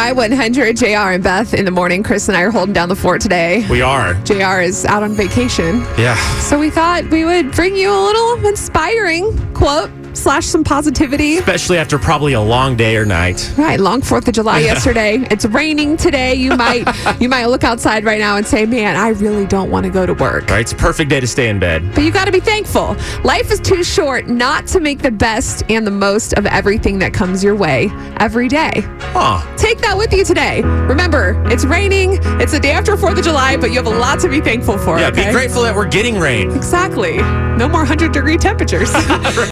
Y100, JR and Beth in the morning. Chris and I are holding down the fort today. We are. JR is out on vacation. Yeah. So we thought we would bring you a little inspiring quote slash some positivity. Especially after probably a long day or night. Right, long 4th of July yesterday. It's raining today. You might you might look outside right now and say, "Man, I really don't want to go to work." Right? It's a perfect day to stay in bed. But you got to be thankful. Life is too short not to make the best and the most of everything that comes your way every day. Huh. Take that with you today. Remember, it's raining. It's the day after 4th of July, but you have a lot to be thankful for. Yeah, okay? be grateful that we're getting rain. Exactly. No more 100 degree temperatures.